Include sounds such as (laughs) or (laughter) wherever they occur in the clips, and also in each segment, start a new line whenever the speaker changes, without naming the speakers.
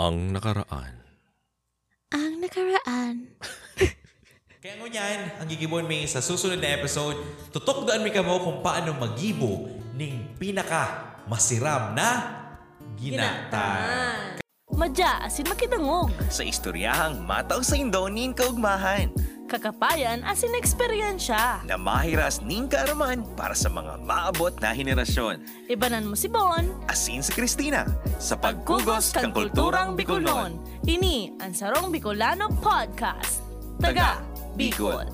Ang nakaraan.
Ang nakaraan.
Kaya ngunyan, ang gigibon may sa susunod na episode, tutukdaan mi kamo kung paano magibo ning pinaka masiram na ginatan.
Madya asin makidangog.
sa istoryahang mataw sa Indonin kaugmahan
Kakapayan asin eksperyensya.
na mahiras ning kaaraman para sa mga maabot na henerasyon.
Ibanan mo si Bon.
Asin sa Kristina sa pagkugos kang kulturang Bicolon.
Ini ang Sarong Bicolano Podcast. Taga Bicol.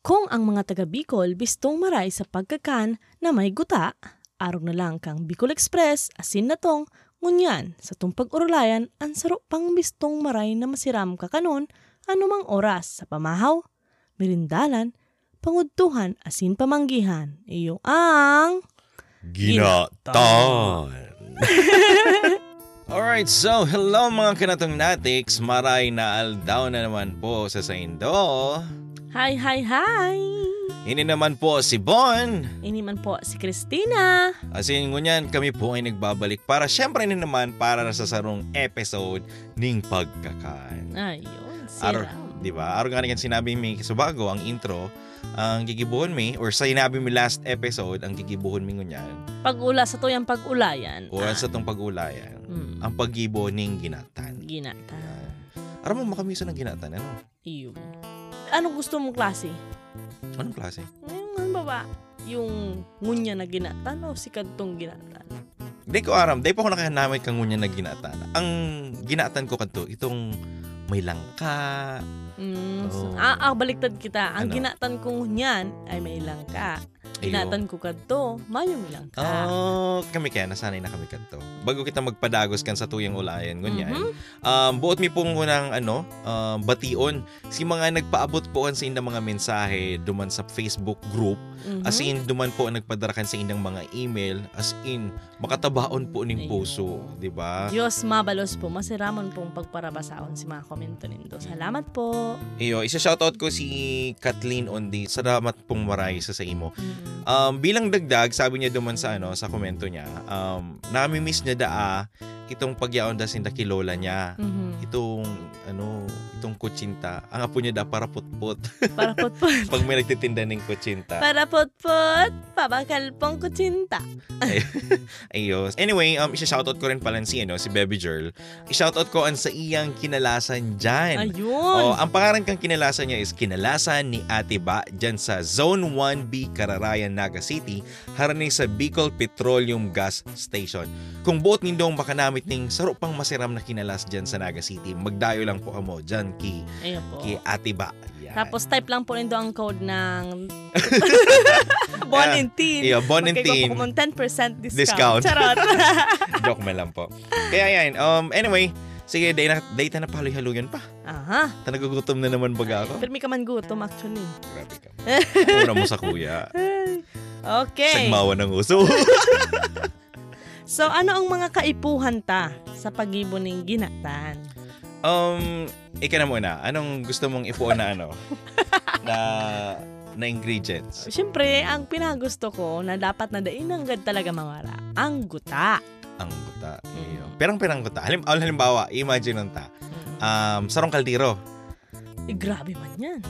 Kung ang mga taga Bicol bistong maray sa pagkakan na may guta, arog na lang kang Bicol Express asin na tong ngunyan sa tumpag urulayan ang saro pang bistong maray na masiram kakanon anumang oras sa pamahaw, mirindalan, panguduhan asin pamanggihan. Iyo ang
Ginatan.
(laughs) Alright, so hello mga kanatong natiks. Maray na aldaw na naman po sa Saindo.
Hi, hi, hi!
Ini naman po si Bon.
Ini man po si Christina.
As in, ngunyan, kami po ay nagbabalik para syempre na naman para sa sarong episode ning pagkakan.
Ah, Ayun,
Aro,
siram.
di ba? Aro nga nga sinabi mi subago ang intro, ang gigibuhon mi, or sinabi mi last episode, ang gigibuhon mi ngunyan,
Pag-ula sa tuyang pag-ulayan.
or sa tong pag-ulayan,
Mm.
ang pag-ibo ning ginatan.
Ginata.
Aram mo makamisa ng ginatan, ano?
Iyo. Anong gusto mong klase?
Anong klase?
Yung ano ba ba? Yung ngunya na ginatan o si kantong ginatan?
Hindi ko aram. Di pa ako nakahanamit kang ngunya na ginatan. Ang ginatan ko kanto, itong may langka.
Mm,
Oh.
ah, ah, baliktad kita. Ang
Ano?
ginatan kong ngunyan ay may langka. Ginatan ko kadto, mayong
Ayo.
langka.
Oh, kami kaya, nasanay na kami kanto. Bago kita magpadagos kan sa tuyang ulayan, ganyan.
Mhm.
Um, buot mi pong munang ano, um, bation. Si mga nagpaabot po kan sa indang mga mensahe duman sa Facebook group.
Mhm.
As in, duman po ang nagpadarakan sa indang mga email. As in, makatabaon po ning
Ayun.
puso. di ba?
Diyos mabalos po, masiramon pong pagparabasaon si mga komento nindo. Salamat po.
Iyo, isa-shoutout ko si Kathleen Ondi. Salamat pong maray sa sa imo.
Mm.
Um, bilang dagdag, sabi niya duman sa ano sa komento niya, um, nami-miss niya daa itong pagyaon da sinda kilola niya.
Mhm.
Itong ano, itong kutsinta. Ang apo niya da para putput (laughs)
Para potpot.
pag may nagtitinda ng kutsinta.
Para potpot, pabakalpong kutsinta.
Ayos. Anyway, um, isa-shoutout ko rin pala si, ano, si Baby Girl. I-shoutout ko ang sa iyang kinalasan dyan.
Ayun.
Oh, ang pangalan kang kinalasan niya is Kinalasan ni Ate Ba dyan sa Zone 1B Kararayan, Naga City, haraning sa Bicol Petroleum Gas Station. Kung buot nindong makanamit ning saro pang masiram na kinalas dyan sa Naga City, magdayo lang po amo dyan ki,
Ayun po.
ki Ate Ba. Yan.
Oh. Tapos type lang po nindo ang code
(laughs)
ng Bon
Yeah.
and Teen.
Iyo, Bon and Teen.
Magkaiba po kung ano. 10% discount.
Discount.
Charot.
(laughs) Joke man lang po. Kaya yan. Um, anyway, sige, day na, day ta na paluy-haluyan pa.
Aha.
Ta nagugutom na naman baga ako.
(laughs) Pero may kaman gutom actually.
Grabe ka. Una mo sa kuya.
Okay.
Sagmawan ng uso. (laughs)
So ano ang mga kaipuhan ta sa pag-ibon ng ginatan?
Um, ikaw na muna. Anong gusto mong ipuan na
(laughs)
ano? na na ingredients.
Siyempre, ang pinagusto ko na dapat na dainanggad talaga mawara, ang guta.
Ang guta.
Mm.
Iyo. Perang-perang guta. Halim, oh, halimbawa, imagine nun ta. Um, sarong kaldero.
Eh, grabe man yan.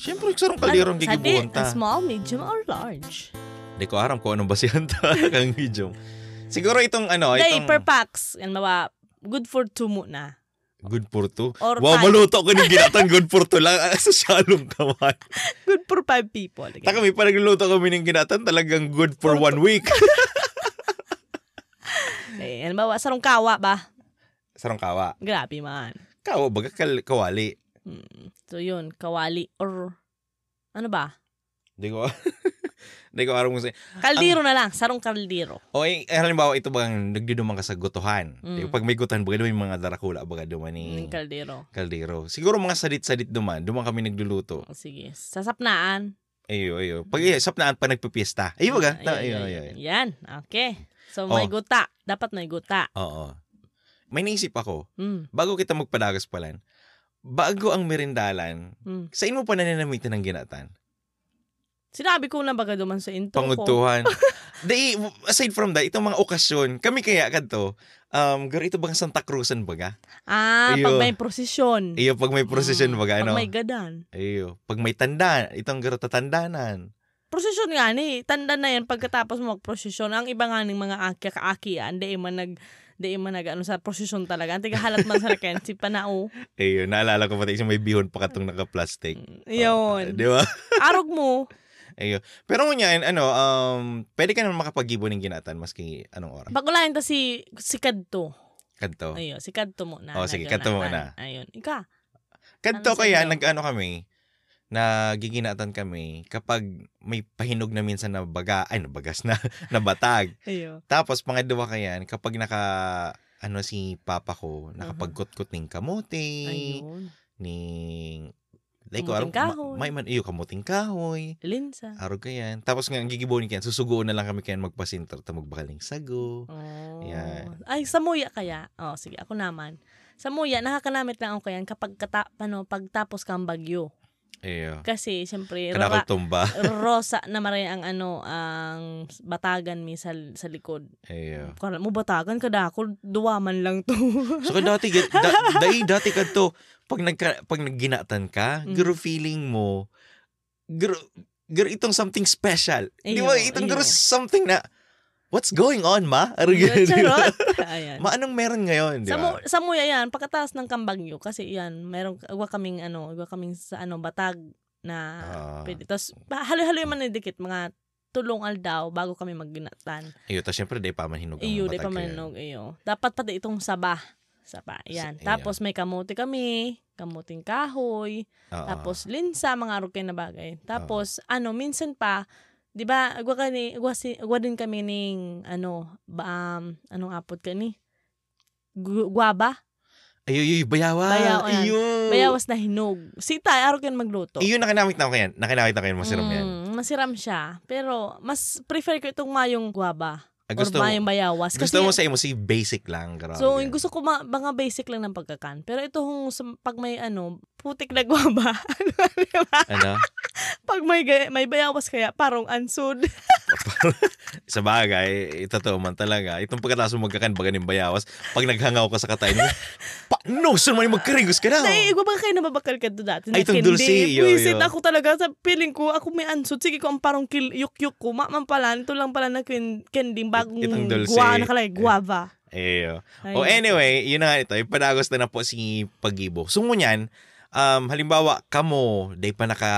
Siyempre, sarong kaldero ang
Ano, sabi,
gigibuon
ang
ta.
small, medium, or large?
Hindi ko aram kung anong basihan ta (laughs) kang medium. Siguro itong ano,
Day,
itong
per packs. Yan, mawa, good for two muna.
good for two.
Or
Wow,
five.
maluto ko ng
(laughs)
ginatan. Good for two lang. Ah, Ang sosyalong kawan.
Good for five people.
Ta kami pa nagluluto kami ng ginatan. Talagang good for one week.
Eh, ano ba? Sarong kawa ba?
sarong kawa.
Grabe man.
Kawa, baga kal- kawali.
Mm. So yun, kawali or ano ba?
Hindi ko, (laughs) hindi ko aram kung sa-
Kaldiro na lang, sarong kaldiro.
O eh, halimbawa, ito bang nagdudumang ka sa gutuhan?
Mm.
Di ba, Pag may gutuhan, baga may mga darakula, baga duman ni
Yung kaldiro.
kaldero. Siguro mga sadit-sadit duman. Duman kami nagluluto.
O, sige, sasapnaan.
Ayo, ayo. Pag eh, sapnaan pa nagpipiesta. Ayo baga.
Ayun,
Ta- Ayo,
ayun,
ayo,
ayun.
ayo.
Yan, okay. So
Oh.
may guta. Dapat may guta.
Oo. May naisip ako,
Mm.
bago kita magpadagas palan, bago ang merindalan,
Mm.
sa inyo pa nananamitan ng ginatan?
Sinabi ko na baga duman sa intro ko. (laughs)
Pangutuhan. Di, aside from that, itong mga okasyon, kami kaya kadto, um, garo ito bang Santa Cruzan baga?
Ah, pag
Ayun.
may prosesyon. Hmm.
Iyo, pag may procession baga, ano?
Mm, Pag may gadan.
Iyo, pag may tanda, itong garo tatandanan.
Prosesyon nga ni, tanda na yan pagkatapos mo magprosesyon. Ang iba nga ng mga aki kaakian, di man nag di man nag ano sa prosesyon talaga. Ang tigahalat man sa raken si Panao.
(laughs) Iyo, naalala ko pati, isang may bihon pa katong naka-plastic.
Yun.
Oh, Di ba? (laughs)
Arog mo.
Pero ngunyan, ano, um, pwede ka naman makapag-ibon ng ginatan maski anong oras.
Bakulayan ta si si Kadto.
Kadto.
Ayun, si Kadto mo na.
Oh, sige, Kadto mo na.
Ayun. Ika.
Kadto
Ano sa
kaya
inyo?
nag-ano kami, nagiginatan kami kapag may pahinog na minsan na baga, ay nabagas na, (laughs) nabatag.
Ayun.
Tapos pangalawa kaya kapag naka ano si papa ko nakapagkutkot ning kamote Eh.
Ayun.
ning like
Kamuting kahoy.
may man iyo kamuting kahoy
Linsa.
arog kayan tapos nga ang gigibonin kayan susuguan na lang kami kayan magpasinter ta magbakaling sago
Oh.
Yan.
Ay, samuya kaya. Oh, sige, ako naman. Samuya, nakakanamit lang ako yan kapag kata, ano, pagtapos kang bagyo.
iyo
Kasi, syempre,
kanakaw (laughs)
rara,
tumba
rosa na maray ang ano, ang batagan mi sa, sa likod.
iyo
Kala mo batagan ka dako, duwa man lang
(laughs)
to.
so kaya dati get- da,
(laughs)
dai dati kadto pag nagka, pag nagginatan ka
Mm.
guro feeling mo guro guro itong something special di ba
Iyo,
itong
iyo.
guro something na what's going on ma arog
Yun,
yun, di ba?
Charot. Ayan.
(laughs) Ma, anong meron ngayon, di ba?
Samu, samuya yan, pagkataas ng kambagyo. Kasi yan, meron, iwa kaming, ano, iwa kaming sa, ano, batag na
Ah.
pwede. Tapos, halo-halo yung manidikit, mga tulong aldaw bago kami magginatan.
Iyo, tapos syempre, di pa manhinog ang
Iyo, di
batag
pa
ngayon.
manog, iyo. Dapat pati itong saba. Saba, yan.
Sa-
Tapos may kamote kami, kamuting kahoy,
Oo.
tapos linsa, mga arukay na bagay.
Ah.
Tapos, ano, minsan pa, di ba, agwa, ka ni, agwa, si, agwa din kami ning, ano, ba, um, anong apod ka ni? Gu- Guaba?
Ayo, iyo, bayawan.
Bayaw, ayan.
Iyo.
Bayawas na hinog. Sita, arukay na magluto.
Iyo, nakinamit na ko yan. Nakinamit na ko yan, masiram yan.
Mm, masiram siya. Pero, mas prefer ko itong mayong guaba.
Ah,
Or
Gusto,
mayong bayawas.
gusto mo sa imo si basic lang. Grabe.
So,
yan.
yung gusto ko ma- mga basic lang ng pagkakan. Pero ito kung sa- pag may ano, putik na guwaba. (laughs) Ano, diba?
Ano?
pag may, ga- may bayawas kaya, parang
(laughs)
ansud.
Sa bagay, eh, totoo man talaga. Itong pagkataas mo magkakan, baga ng bayawas, pag naghangaw ka sa
(laughs)
katayin mo, paano? Saan man yung magkarigos ka na?
Dahil, iba ba kayo nababakal ka doon dati?
Ay, itong
Nakindi,
dulce, yo,
Puisit
yo.
ako talaga sa piling ko. Ako may ansud. Sige ko, ang parang kil- yuk-yuk ko. Maman pala, ito lang pala na kin- kending bagong
Itong dulce.
guwa na kalay, guava.
Iyo.
Ay,
(laughs) Oh, anyway, yun na nga ito. Ipanagos na na po si Pagibo. So, ngunyan, um, halimbawa, kamo, day pa naka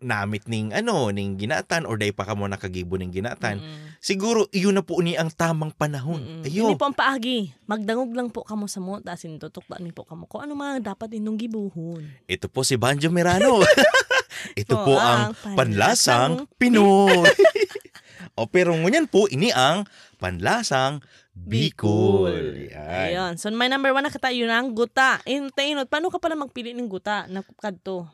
namit ning ano ning ginatan or day pa kamo nakagibo ning ginatan
Mm-mm.
siguro iyon na po ni ang tamang panahon
Mm-mm.
ayo
Hindi po ang paagi. Magdangog lang po kamo sa mo, tapos tutuklaan niyo po kamo. Kung ano mga dapat inong gibuhon.
ito po si Banjo
(laughs)
Mirano (laughs) ito
Po
po ang
ang
panlasang Pinoy (laughs) o pero ngunyan po ini ang panlasang Bicol Yan.
Ayun. So, my number one na kita, yun ang guta. Intainot, paano ka pala magpili ng guta na kadto?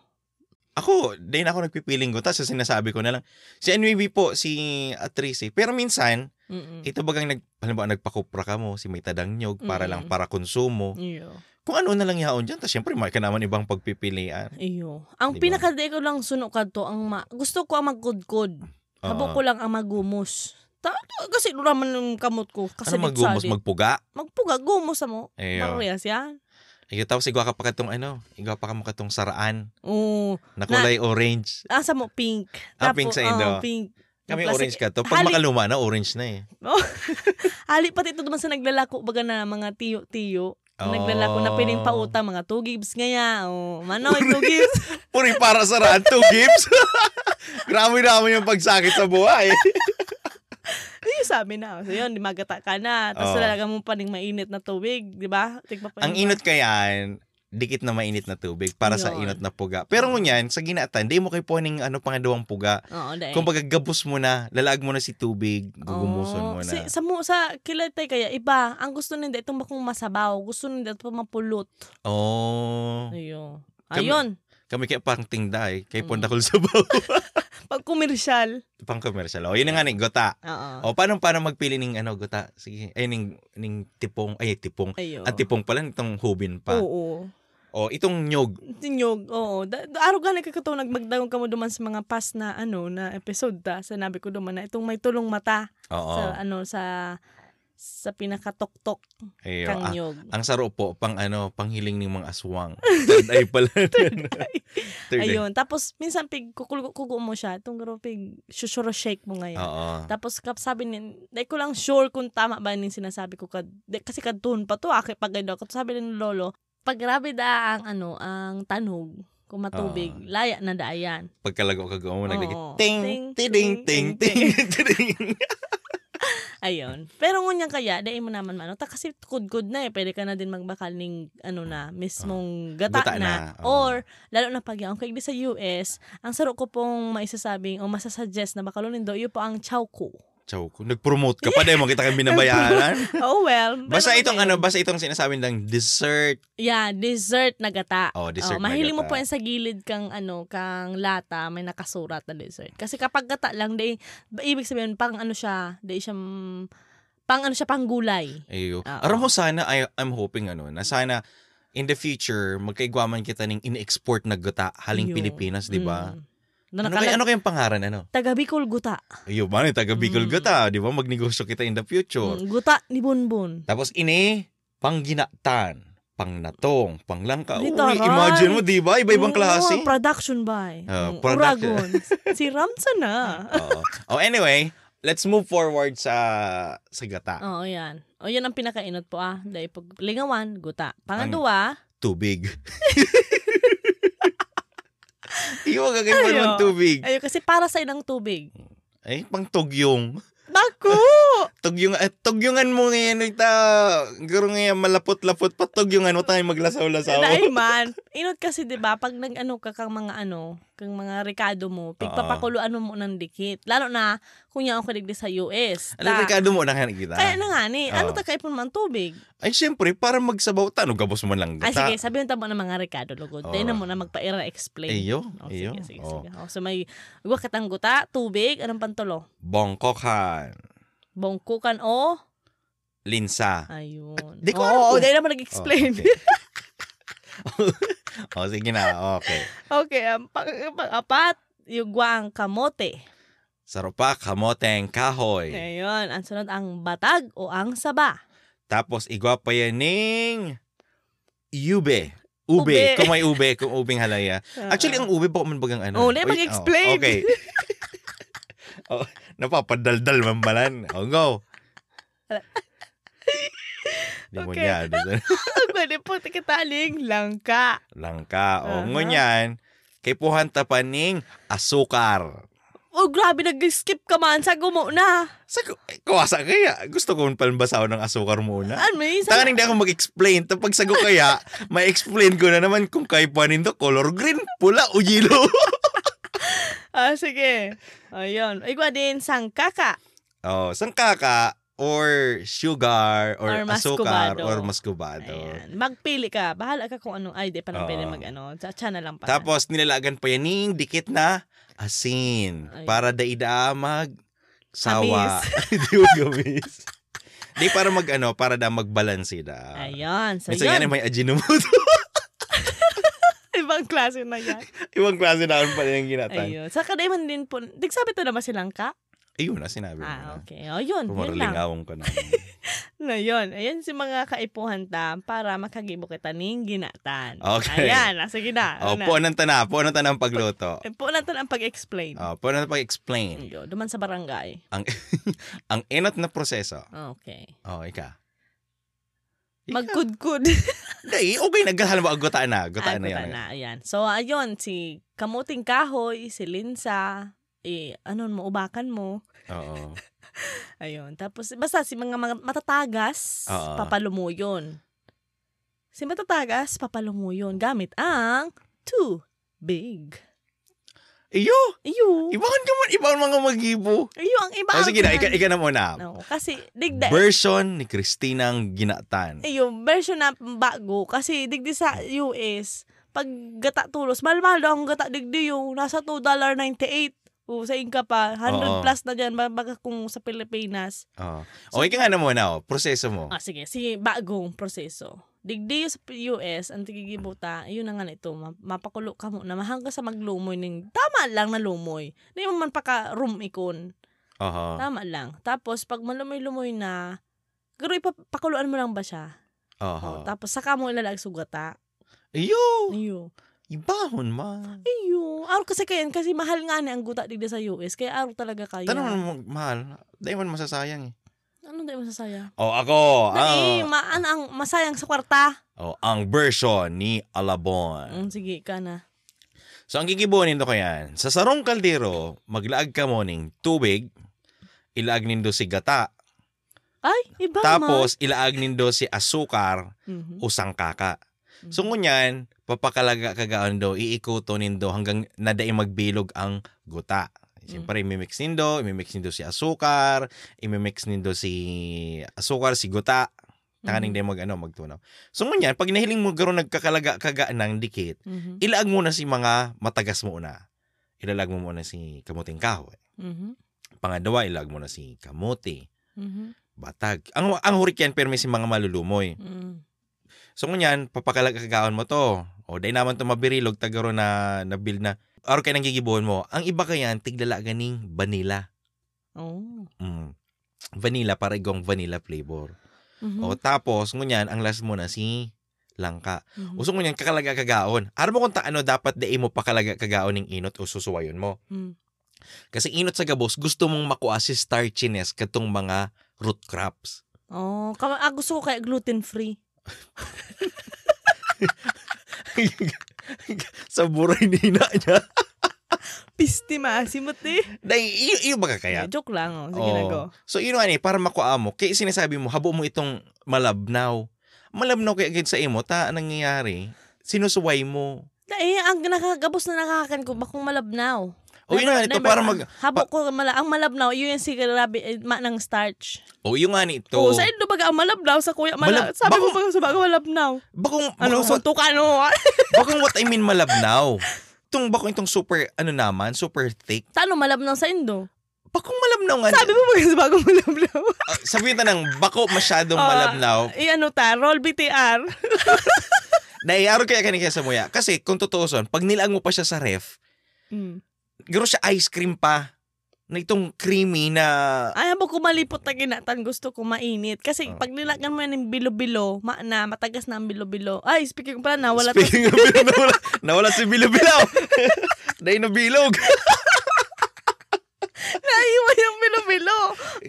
Ako, dahil ako nagpipiling ko, tapos sinasabi ko na lang, si NWB po, si Atrice. Pero minsan,
Mm-mm.
ito bagang, nag, halimbawa, nagpakupra ka mo, si may tadangnyog, para
Mm.
lang para konsumo.
Iyo.
Kung ano na lang yaon dyan, tapos syempre, may ka naman ibang pagpipilian.
Iyo. Ang
Diba?
pinaka di ko lang suno kadto, ang ma- gusto ko ang magkudkod.
Oo.
Habang ko lang ang magumos. Ta- ta- kasi doon naman yung kamot ko. Kasi
ano magumos, magpuga?
Magpuga, gumos sa mo.
Ayo.
Parehas yan.
Ayo, tapos igwa ka pa katong ano, igwa pa ka mo katong saraan,
Oo.
na kulay orange.
Asa mo, pink.
Ah, pink sa Indo.
oo, pink.
Kami
Yung plastic-
orange ka to. Pag
Halik-
makaluma na, orange na eh.
Ali, pati ito naman sa naglalako baga na mga tiyo-tiyo.
Oo.
Naglalako
Ah.
na pwedeng pauta mga 2 gibs ngaya. O, manoy, 2 gibs.
Puri para saraan to, (laughs) Gibbs. Grabe naman yung pagsakit sa
(laughs)
buhay.
Yung sabi na. So yun, magata ka na. Tapos
Oo.
talaga mo paning mainit na tubig. Di ba? Tigpa pa
Ang
yun.
inot kayan, dikit na mainit na tubig para sa
Yun.
inot na puga. Pero ngunyan, sa ginatan, di mo kay poning ano pangadawang puga.
Oo, dahil.
Kung baga gabos mo na, lalaag mo na si tubig, gugumuson mo
Oh, Si,
na.
sa, mo, sa kilatay kaya, iba. Ang gusto nila, itong bakong masabaw. Gusto nila, ito mapulot.
Oh,
Ayun.
Kami-
Ayun.
kami kaya parang tingda eh. Kay
Mm.
pondakol sa bawo.
Pag komersyal.
(laughs) Pang commercial. O, yun na nga ni, gota.
Oo.
O, paano, paano magpili ng ano, gota? Sige, ay, ning, ning tipong, ay, tipong.
Ayun. Oh.
At tipong pala, nitong hubin pa.
Oo.
O, O itong nyog.
Tinyog, oo. Da, da- araw ka nagkakataon, nagmagdagong ka mo duman sa mga past na, ano, na episode ta. Sanabi ko duman na itong may tulong mata
Oo.
sa, ano, sa sa pinakatoktok
Ayo.
kang
Ah,
nyog.
ang saro po, pang ano, panghiling ng mga aswang. (laughs) Third eye
(laughs)
pala. Third
eye. Ayun. Tapos, minsan pig, kukulo- kuko mo siya. Itong garo pig, sushuro shake mo ngayon.
Oo.
Tapos, kap, sabi niya, di ko lang sure kung tama ba yung sinasabi ko. Kad, di- kasi kadun pa to, aki pag gano. Kasi sabi ni lolo, pag grabe da ang, ano, ang tanog, kung matubig,
Ah.
laya na daayan.
Pagkalago ka gawin mo, naglagay.
Oo.
Ting, tiding, ting, ting, (laughs) tiding.
Ayun. Pero ngunyan kaya, dahil mo naman mano. Ta kasi kudkod na eh. Pwede ka na din magbakal ng ano na, mismong gata,
Gata
na.
na, oo.
Or, lalo na pag yaong kaigdi sa US, ang saro ko pong maisasabing o masasuggest na bakalunin do, iyo po ang chow ko.
Chow ko. Nag-promote ka pa dahil makita kang binabayaran.
oh well. Pero
(laughs) Basta
ano
itong
yun?
ano, basta itong sinasabi ng dessert.
Yeah, dessert na gata.
Oh, dessert na
mahilig mo
gata.
po yan sa gilid kang ano, kang lata, may nakasurat na dessert. Kasi kapag gata lang, day, ibig sabihin, pang ano siya, day siya, mm, pang ano siya, pang gulay.
Ayo.
Oo.
Aram mo sana, I, I'm hoping ano, na sana in the future, magkaigwaman kita ng in-export na gata haling
Yun.
Pilipinas, di ba?
Mm.
Ano, kay, ano kayang pangaran, ano?
Taga Bicol guta.
Ayo, man, taga Bicol
Mm.
gata, di ba? Magnegosyo kita in the future.
Mm, guta ni Bunbun.
Tapos ini, pangginatan, pangnatong, panglangka. Uy,
Literal.
imagine mo, di ba? Iba-ibang
Oo,
klase.
production by.
Ah,
Mm,
production.
Uragon.
(laughs)
si Ramsa na.
Oo. oh, anyway, let's move forward sa sa gata.
Oo, Oh, yan. O, yan ang pinakainot po ah. Dahil pag lingawan, guta. ah. Pangadua,
Tubig. (laughs) Iyo, gagawin mo naman
Ayo.
tubig.
ayun kasi para sa inang tubig.
Ay, pang tugyong.
Naku!
(laughs) Tugyong, eh, tugyongan mo ngayon, ita. Garo ngayon, malapot-lapot pa tugyongan mo tayo maglasaw-lasaw.
Dahil man, inot kasi 'di ba pag nag-ano ka kang mga ano, kang mga rekado mo, pigpapakuluan mo ng dikit. Lalo na kung yan ang kaligdi sa US.
Ano, Ricardo mo, nakanig kita.
Kaya na nga ni,
Oo.
ano takaipon man tubig?
Ay, syempre, para magsabaw ta. Ano, gabos mo lang gata.
Ah, sige, sabihin tamo ng mga Ricardo Lugod.
Oo.
Tayo na muna magpa-era-explain.
Iyo,
Oh,
iyo.
sige, sige,
Oh.
sige. Oh, so may huwag katangguta, tubig, anong pantulo?
Bongkokhan.
Bongkukan o?
Linsa.
Ayun.
Di ko
Oo,
alam
Oo,
kung-
dahil naman nag-explain.
Oh, okay. (laughs) oh, sige na. Okay.
(laughs) okay, um, ang pang- pang-apat, yung guwang kamote.
Sarupak, kamoteng, kahoy.
Ayun, ang sunod ang batag o ang saba.
Tapos, igwa pa yan ning ube. Ube.
Ube.
Kung may ube, kung ubing
(laughs)
halaya. Actually, ang ube pa man bagang ano.
Oh,
Uy,
hindi,
oh,
mag-explain.
okay. (laughs) oh, napapadaldal man balan. Oh, go. Demonyado.
ang Ah, (laughs) pwede po tikitaling langka.
Langka. O,
Aha.
ngunyan. Kay puhan tapaning asukar.
Oh, grabe, nag-skip ka man. Sago mo na.
Sa kawasa kaya. Gusto ko palbasaw ng asukar muna.
Ano, may isa
Tanganing di ako mag-explain. Tapag sago
(laughs)
kaya, ma-explain ko na naman kung kay puhanin to color green, pula o yellow. (laughs)
Ah, sige. Ayun. Igwa din, sangkaka.
oh, sangkaka or sugar or, asukar
Or mascovado.
or mascovado.
Ayan. Magpili ka. Bahala ka kung ano. Ay, di pa lang
Oo.
pwede mag ano. Sa tiyan na lang pala.
Tapos nilalagan pa yan ng dikit na asin
Ay.
para daida mag sawa. (laughs) Di ba gawis? Di para mag ano, para da magbalanse da.
Ayun. So,
Minsan yan
yun.
ay may ajinomoto.
(laughs)
(laughs)
Ibang klase na yan.
Ibang klase na pa yung ginatan.
Ayun. Sa kadayman din po. Nagsabi to naman silang ka?
Ayun na sinabi mo.
Ah,
na.
okay. O, yun. Yun lang. (laughs)
Pumaralingawang ko na.
Na yun. Ayan si mga kaipuhan ta para makagibo kita ning ginatan.
Okay.
Ayan. Ah, sige na.
oh,
Ano na?
po ng tana, po ng
(laughs)
tana ang pagluto.
Eh, po na to ang pag-explain.
Oh, po ng pag-explain.
Ayun. Duman sa barangay.
Ang (laughs) ang enot na proseso.
Okay.
Oh, ika. Ika.
Magkudkud. (laughs)
Dai, okay, naghahalal mo agotaan na,
Ay,
agotaan na yan.
na, ayan. So, ayun, si Kamuting Kahoy, si Linsa, eh, ano mo, ubakan mo.
Oo.
Ayun. Tapos, basta si mga, mga matatagas,
Oo.
papalumuyon. Si matatagas, papalumuyon. Gamit ang too big.
Iyo,
Iyo.
Ibahan ka man, ibang mga magibo.
Iyo ang iba.
O Oh, sige na,
ang-
ika, ika na muna.
No, kasi, digda.
Version ni Christinang Ginatan.
iyo, version na bago. Kasi, digdi sa US, pag gata tulos, mahal-mahal daw ang gata digdi yung nasa $2.98. O, sa inka pa, 100
Oo.
plus na dyan, baga kung sa Pilipinas.
Oh. Okay ka nga na muna, oh. proseso mo.
Ah, sige, si bagong proseso. Digdiyo sa US, ang tigigibuta, yun na nga ito, ma- mapakulo ka mo na mahangga sa maglumoy ng, tama lang na lumoy. Hindi mo man paka room ikon.
Aha.
Tama lang. Tapos, pag malumoy-lumoy na, pero ipapakuluan mo lang ba siya?
Aha.
O, tapos, saka mo ilalag sugata.
Iyo!
Iyo.
Ibahon ma.
Iyo. Araw kasi kayan, kasi mahal nga na ang guta digda sa US, kaya araw talaga kayo.
Tanong mo, mahal. Dahil man masasayang eh.
Ano dahil masasaya?
Oh, ako.
Dahil,
Ang,
ma- ano ang masayang sa kwarta?
oh, ang version ni Alabon.
Mm, sige, ka na.
So ang gigibonin ko yan, sa sarong kaldero, maglaag ka mo ng tubig, ilaag nindo si gata,
Ay, iba ma.
tapos oh. ilaag nindo si asukar
Mhm.
o sangkaka.
Mhm.
So ngunyan, papakalaga ka gaon do, iikuto nindo hanggang naday magbilog ang guta. Siyempre, imimix nindo, imimix nindo si asukar, imimix nindo si asukar, si guta. Tanganing day mag, ano, magtunaw. So ngunyan, pag nahiling mo garo nagkakalaga kaga ng dikit,
Mhm.
ilaag muna si mga matagas mo una. Ilalag mo muna si kamuting kahoy.
Mhm.
Pangadawa, ilaag mo na si kamote,
Mhm.
batag. Ang, ang hurik yan, pero may si mga malulumuy.
Mhm.
So ngunyan, papakalagkagaon mo to. O, dahil naman to mabirilog, tagaro na, na build na. Aro kayo nang gigibuhon mo. Ang iba ka yan, tiglala ganing vanilla.
Oh.
Mm. Vanilla, para igong vanilla flavor.
Mhm.
O, tapos, ngunyan, ang last mo na si langka.
Mhm.
Uso ngunyan, kakalaga kagaon. Aram mo kung ta- ano dapat di mo pakalaga kagaon ng inot o susuwayon mo.
Mm.
Kasi inot sa gabos, gusto mong makuha si starchiness katong mga root crops. (laughs)
Oh, kama, ah, gusto ko kaya gluten-free.
sa buray ni ina niya.
Pisti maasimot eh.
Dahil, iyo, iyo ba ka kaya?
Eh, joke lang. Oh. Sige na
Oo.
go.
So, ino ani, para makuha mo, kaya sinasabi mo, habo mo itong malabnaw. Malabnaw kaya agad sa imo, ta, anong nangyayari? Sinusuway mo.
Da, eh, ang nakakagabos na nakakakan ko, bakong malabnaw.
O Oh, yun nga, ito
Never-
para mag...
Habok ko, mala, ang malabnaw, yun yung si grabe, eh, ma ng starch.
O oh, yun nga ni ito.
Oo, sa indo baga, ang malabnaw sa kuya, mala,
Malab-
sabi ko
bako-
baga sa baga malabnaw.
Bakong,
Ano, (laughs)
bakong, what,
suntukan mo.
bakong what I mean malabnaw. Itong bakong itong super, ano naman, super thick.
Sa ano, malabnaw sa indo?
Bakong malabnaw nga.
Sabi mo baga sa baga malabnaw.
Ah, sabihin na ng bako masyadong
(laughs) Ah,
malabnaw.
(laughs) Eh, ano ta, roll BTR.
Naiyaro kaya kanina sa muya. Kasi kung totoo son, pag nilaang mo pa siya sa ref,
Mm.
garo siya ice cream pa na itong creamy na
Ay, habang kumalipot na ginatan, gusto ko mainit. Kasi
Oh.
pag nilagan mo yan ng bilo-bilo, ma na, matagas na ang bilo-bilo. Ay, speaking ko pala, nawala to.
Speaking of bilo, nawala, nawala si Bilo (laughs) Bilaw. Dahil nabilog.
(laughs) Naiwan yung
(laughs)
bilo-bilo.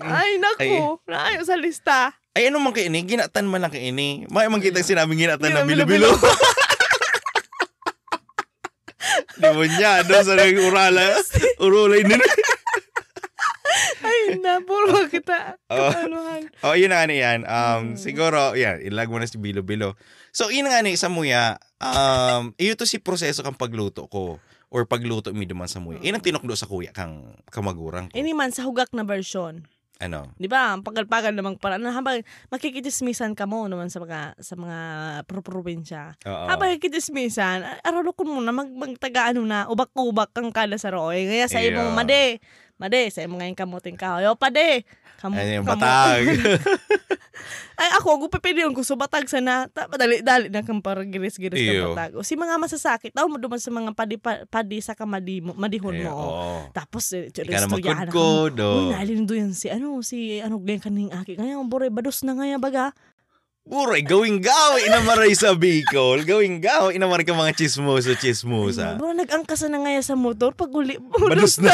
Ay, naku. Naayo sa lista.
Ay, ano man kaini? Ginatan man lang kaini. May man kitang sinabing ginatan na
Gina-
bilo-bilo. (laughs) Di mo niya, doon sa (laughs) nag-urala. Urulay din.
Ay, na, puro
(laughs)
kita.
Oh.
Katanuhan.
Oh, yun na nga na yan. Um, Siguro, yan, ilag mo na si Bilo-Bilo. So, yun na nga na sa muya, um, iyo to si proseso kang pagluto ko or pagluto mi duman sa muya. Yun ang tinokdo sa kuya kang kamagurang ko.
Ini man sa hugak na version.
Ano?
Di ba? Ang pagal-pagal namang para. Ano, habang makikidismisan ka mo naman sa mga, sa mga pro- probinsya.
Oo.
Habang kidismisan, aralo ko muna mag, magtaga ano na, ubak-ubak kang kala sa rooy. Kaya sa
Iyo.
imong made, made, sa imong ngayon kamuting kahoy. O pade, kamu,
Ano yung
kamu-
batag? (laughs)
Ay, ako, ako pipiliyon ko, subatag sana. Ta, dali, dali na kang parang giris-giris
Iyo.
na batag. O si mga masasakit, tao mo duman sa mga padi, pa- padi sa kamadi, mo- madihon
Ayun,
mo. oh. o.
Oo.
Tapos, eh,
Ikaw na
istoryahan ako.
magkudkod.
Uy,
Oh.
naalin doon si, ano, si, ano, ganyan kaning aki. Ngayon, bore, bados na ngayon, baga.
Uray, gawing gaw, inamaray sa Bicol. Gawing gaw, inamaray ka mga chismoso, chismosa.
Bore, nag-angkas na ngayon sa motor, pag (laughs) uli,
Badus na.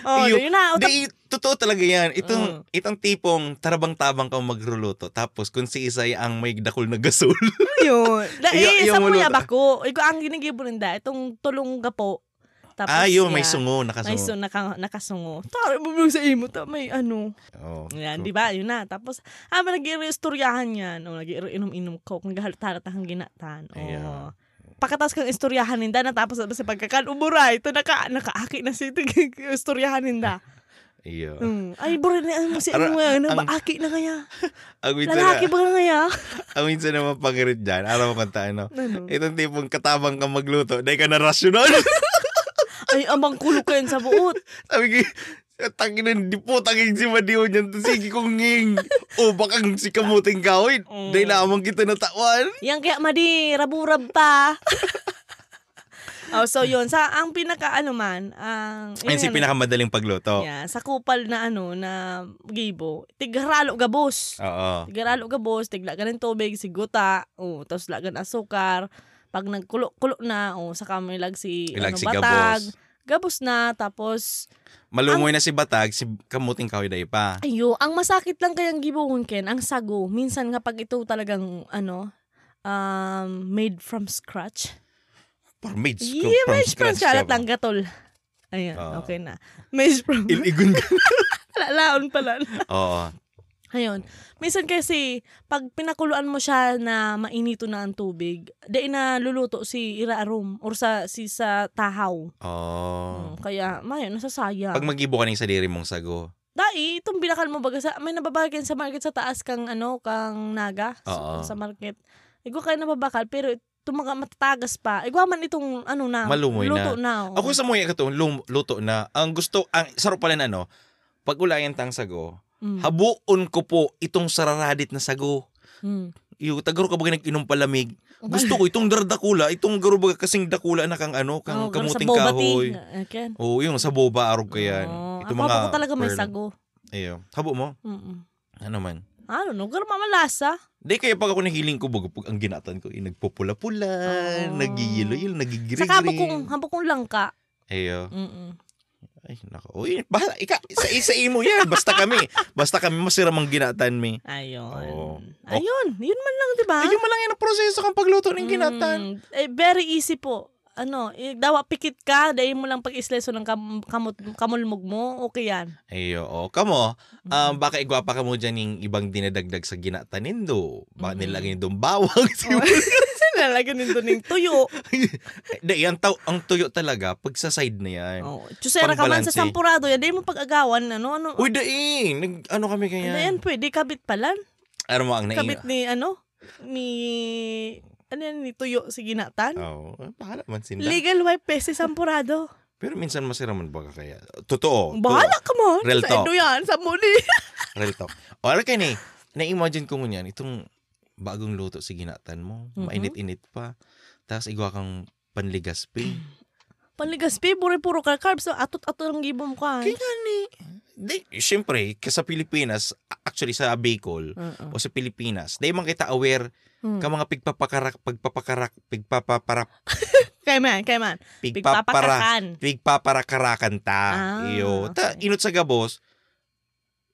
Oh,
Iyo.
yun na. Mm. O,
(laughs) Di, totoo talaga yan. Itong, itong tipong tarabang-tabang kang magruluto tapos kung si Isay ang may dakol na gasol.
yun. Da,
(laughs) Iyo-
eh,
iyo
sa
mo
muya
luto.
bako. Ikaw ang ginigibo rinda, itong tulong gapo. (laughs) Tapos,
ah, yun, may
yeah,
sungo,
May
nakasungo.
sungo, naka, nakasungo. Tari mo mo sa imo, ta, may ano.
Oh,
Yan,
cool.
di ba? Yun na. Tapos, habang nag-iistoryahan yan, o nag-iinom-inom coke, naghahalat-halat ang ginatan. O,
Ayan.
pakatas kang istoryahan ninda natapos na sa pagkakan umuray ito naka nakaaki na si (laughs) tig- istoryahan ninda
Iyo.
Mm. ay bro na ano si
Ara-
ano nga na
ang-
maaki na kaya
Ang minsan na,
lalaki
(laughs)
ba nga kaya (laughs)
ang minsan na mapangirit dyan, alam mo kanta, ano?
Ano?
Itong tipong katabang ka (laughs) magluto, dahil ka na rasyonal.
ay amang kulo ko yan sa buot
Sabi ko, Tangin na, di po tanging si Madiho niyan. Sige kong nging. O bakang si kamuting kawin.
Mm.
Dahil lamang kita natawan.
Yan kaya madi, raburab
(laughs)
pa. oh, so yun. Sa ang pinaka ano man, ang...
Ayun si
yun,
pinakamadaling pagluto.
Mm. Yeah, sa kupal na ano, na gibo. Tigralo gabos.
Oo.
Tigralo gabos, tigla ka ng tubig, siguta, oh, tapos lagan asukar. Pag nagkulo-kulo na, oh, saka may lag si,
Ilag
ano,
si
batag.
gabos.
Gabos na, tapos
Malungoy na si Batag, si kamuting kawin na ipa.
Ayo, ang masakit lang kayang gibuhon ken ang sago. Minsan nga pag ito talagang ano, um, made from scratch.
Parmage.
Yeah, made from scratch lang gatol. Ayan,
diba? Oo.
okay na. Made from (laughs)
Iligun ka.
lalaon pala.
Oo.
Ayun. Minsan kasi pag pinakuluan mo siya na mainito na ang tubig, di na luluto si iraarom or sa si sa tahaw.
Oo.
Mm, Kaya mayo nasasayang.
Oh. Pag mag-ibo ka ng sarili mong sago.
Dai, itong binakal mo baga sa may nababakal sa market sa taas kang ano, kang naga
Oo.
sa, sa market. Igwa kayo nababakal pero tumaga matatagas pa. Igwa man itong ano na.
Malumoy
luto na. oo.
Ako sa mga ito, lum- luto na. Ang gusto, ang sarap pala na ano, pag ulayan tang sago,
Mm,
habuon ko po itong sararadit na sago.
mm.
Yung tagaro ka bagay nag-inom palamig.
Ang
Gusto ko itong dardakula, itong garo baga kasing dakula na kang ano, kang
Oo, ganun Oh, sa
kamuting
boba Oh,
kahoy.
tea. Ayan.
Oo, yung sa boba arog ka yan.
Oo.
Itong
Ako, ako talaga may
pearl.
sago.
Ayun. Habo mo?
Mm-mm.
Ano man?
Ano, no? Ganun mamalasa.
Di kaya pag ako nahiling ko, bago pag ang ginatan ko, eh, nagpupula-pula,
Oo.
nagigilo-gilo, nagigiri-giri.
Oh. Saka habok kong, habok kong langka.
Ayun.
Mm-mm.
Ay, nako. Uy, bahala. Ika, sa isa mo yan. Basta kami. Basta kami masira mang ginatan mi.
Ayun.
Oo.
Ayun. Yun man lang, di ba?
Oh. Ayun man lang yan ang proseso kang pagluto ng ginatan.
Mm, eh, very easy po. Ano, eh, dawa pikit ka, dahil mo lang pag-isleso ng kam- kamot- kamulmog mo, okay yan.
Ayo, oh, o. Kamo, um, baka igwapa ka mo dyan yung ibang dinadagdag sa ginatan nindo. Baka
Mm.
nilagay yung bawang. (laughs)
Sinalagyan nito ng tuyo.
Dahil ang, taw- ang tuyo talaga pag sa side na yan.
(laughs) Oh, Chusera ka man sa
Pangbalanse.
sampurado, yan, dahil mo pag-agawan, ano, ano.
Uy, dai, nag, ano kami
Ano
kaya?
yan, pwede kabit palan.
Ano mo ang
Kabit
naina?
ni, ano, ni, ano yan, ni tuyo si ginatan.
Oh, bahala man sila.
Legal wife peste sampurado.
Pero minsan masira man baka kaya. Totoo.
Bahala ka mo.
Oh. Real
sa
talk.
endo yan, sa muli.
Real talk. O, alam ka na eh. Na-imagine ko ngunyan, itong bagong luto si ginatan mo.
Mhm.
Mainit-init pa. Tapos igwa kang panligas pa. eh.
Paligas, pe, puro-puro ka carbs. so Atot-atot ang eh. gibo mo ka.
Kaya nga ni. Di, syempre, kasi sa Pilipinas, a- actually sa Bicol, o
Oo.
sa Pilipinas, di man kita aware
Mm.
ka mga pigpapakarak, pigpapakarak, pigpapaparap,
Kaya man, kaya man.
pigpapara,
Pigpapakakan.
pigpaparakarakan ta.
Ah,
Iyo. Ta,
okay.
inot sa gabos,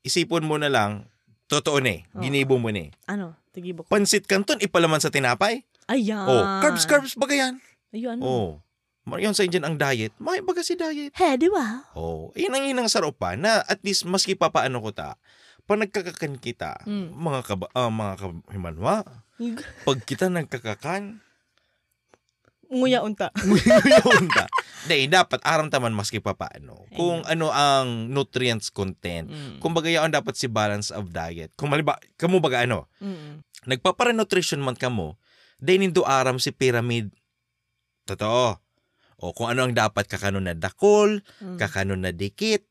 isipon mo na lang, totoo na eh,
Oo.
ginibo mo na eh.
Ano? Tigibok.
Pansit kanton, ipalaman sa tinapay.
Ayan.
Oh, carbs, carbs ba yan?
Ayun.
Oh. Marion sa inyo ang diet. May baga si diet.
Hey, di ba?
Oh, yun ang inang sarap pa na at least maski papaano ko ta, pag nagkakakan kita,
Mm.
mga kaba, ah, mga kahimanwa, pag kita nagkakakan, (laughs)
Nguya unta.
yun ta. Dahil dapat aram taman maski papaano. Kung ano ang nutrients content.
Hmm.
Kung baga yun dapat si balance of diet. Kung maliba, kamo baga ano,
Mm.
nagpaparanutrition man kamo, dahil nindo aram si pyramid. Totoo. O kung ano ang dapat kakano na dakol,
Mm.
kakano na dikit,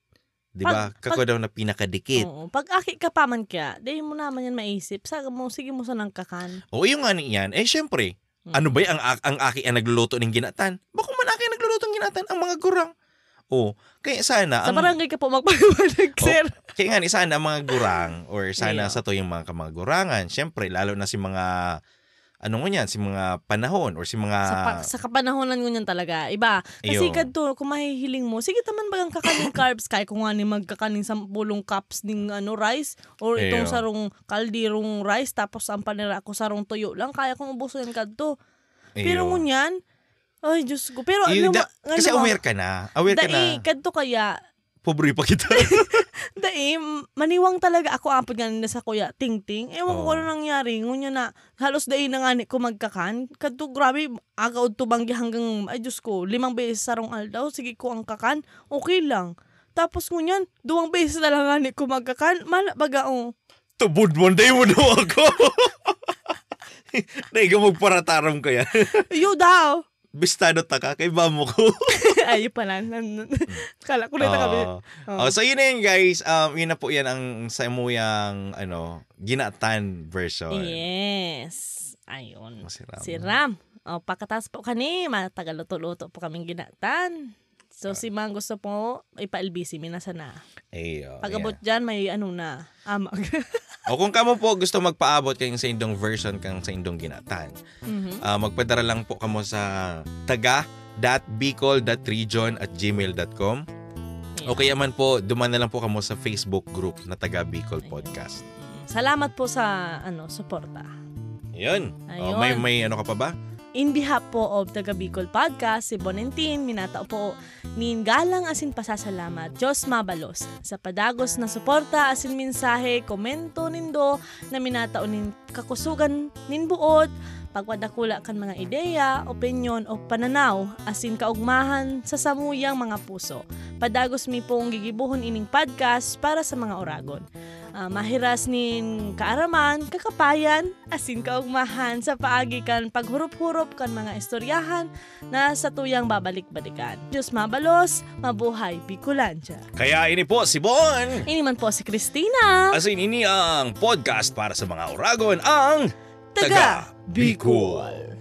di ba?
Pag-
Kako daw na pinakadikit.
Oo. Pag aki ka pa man kaya, di mo naman yan maisip. Sa mo, sige mo sa nang kakan.
O yung ano yan, eh syempre,
Mm.
ano ba 'yung ang, a- ang aki ang nagluluto ng ginatan? Bako man aki ang nagluluto ng ginatan, ang mga gurang. O, kaya sana,
Sa
ang,
barangay ka po magpaliwanag,
Oh.
sir.
kaya nga, ni, sana ang mga gurang, or sana
Yeah.
sa to yung mga kamagurangan, syempre, lalo na si mga, ano nga yan, si mga panahon, or si mga,
Sa, pa- sa kapanahonan ko niyan talaga. Iba. Kasi
Iyo.
kadto, kung mahihiling mo, sige taman bagang kakaning carbs. Kaya kung nga ni magkakaning sampulong cups ng ano, rice or
Iyo.
itong sarong kaldirong rice tapos ang panira ko sarong tuyo lang. Kaya kong ubuso yan kadto. Pero
Iyo.
ngunyan, ay Diyos ko. Pero
Iyo,
ano,
da-
ma- ano
kasi
ma-
aware ka na, aware ka na,
Dai, kadto kaya,
pobre pa kita. (laughs)
dai, eh, maniwang talaga ako apod nga nila sa kuya, ting-ting. Ewan
Oo.
ko kung ano nangyari. Ngunya na, halos dai na nga ni ko magkakan. Kadto, grabe, aga o tubanggi hanggang, ay Diyos ko, limang beses sarong aldaw, sige ko ang kakan, okay lang. Tapos ngunyan, duwang beses na lang nga ni ko magkakan, oh, malabaga (laughs) o.
Tubod mo, day mo daw (laughs) ako. Dahil ka magparataram ko yan. (laughs)
Iyo daw. (laughs)
Bistado taka kay bamo ko.
Ay, yun pala. Nan- (laughs) nan- Kala ko na ito kami.
Oo. Oh, so yun na yun guys. Um, yun na po yan ang sa muyang ano, ginatan version.
Yes. Ayun.
Masiram.
Oh, Si Ram. O, pakatas po kani. Matagal-luto-luto po kaming ginatan. So, si Mang gusto po, ipa-LBC mi na sana.
Ay, oh,
Pag abot
yeah.
dyan, may ano na, amag. (laughs)
O kung kamo po gusto magpaabot kayong sa indong version kang sa indong ginatan,
Mhm.
ah, magpadala lang po kamo sa taga.bicol.region at gmail.com.
Yeah.
O kaya man po, duman na lang po kamo sa Facebook group na Taga Bicol Podcast.
Salamat po sa ano suporta.
Yun. O,
Ayun.
may, may ano ka pa ba?
In behalf po of Taga Bicol Podcast, si Bonentin, minatao po nin galang asin pasasalamat, Diyos mabalos, sa padagos na suporta asin mensahe, komento nindo, na minatao nin kakusugan nin buot, pagwadakula kan mga ideya, opinion o pananaw, asin kaugmahan sa samuyang mga puso. Padagos mi pong gigibuhon ining podcast para sa mga oragon. Ah, mahiras nin kaaraman, kakapayan, asin kaugmahan sa paagi kan paghurup-hurup kan mga istoryahan na sa tuyang babalik-balikan. Diyos mabalos, mabuhay, Bicolancia.
Kaya ini po si Bon!
Ini man po si Christina,
As in, ini ang podcast para sa mga Oragon ang
taga Bicol.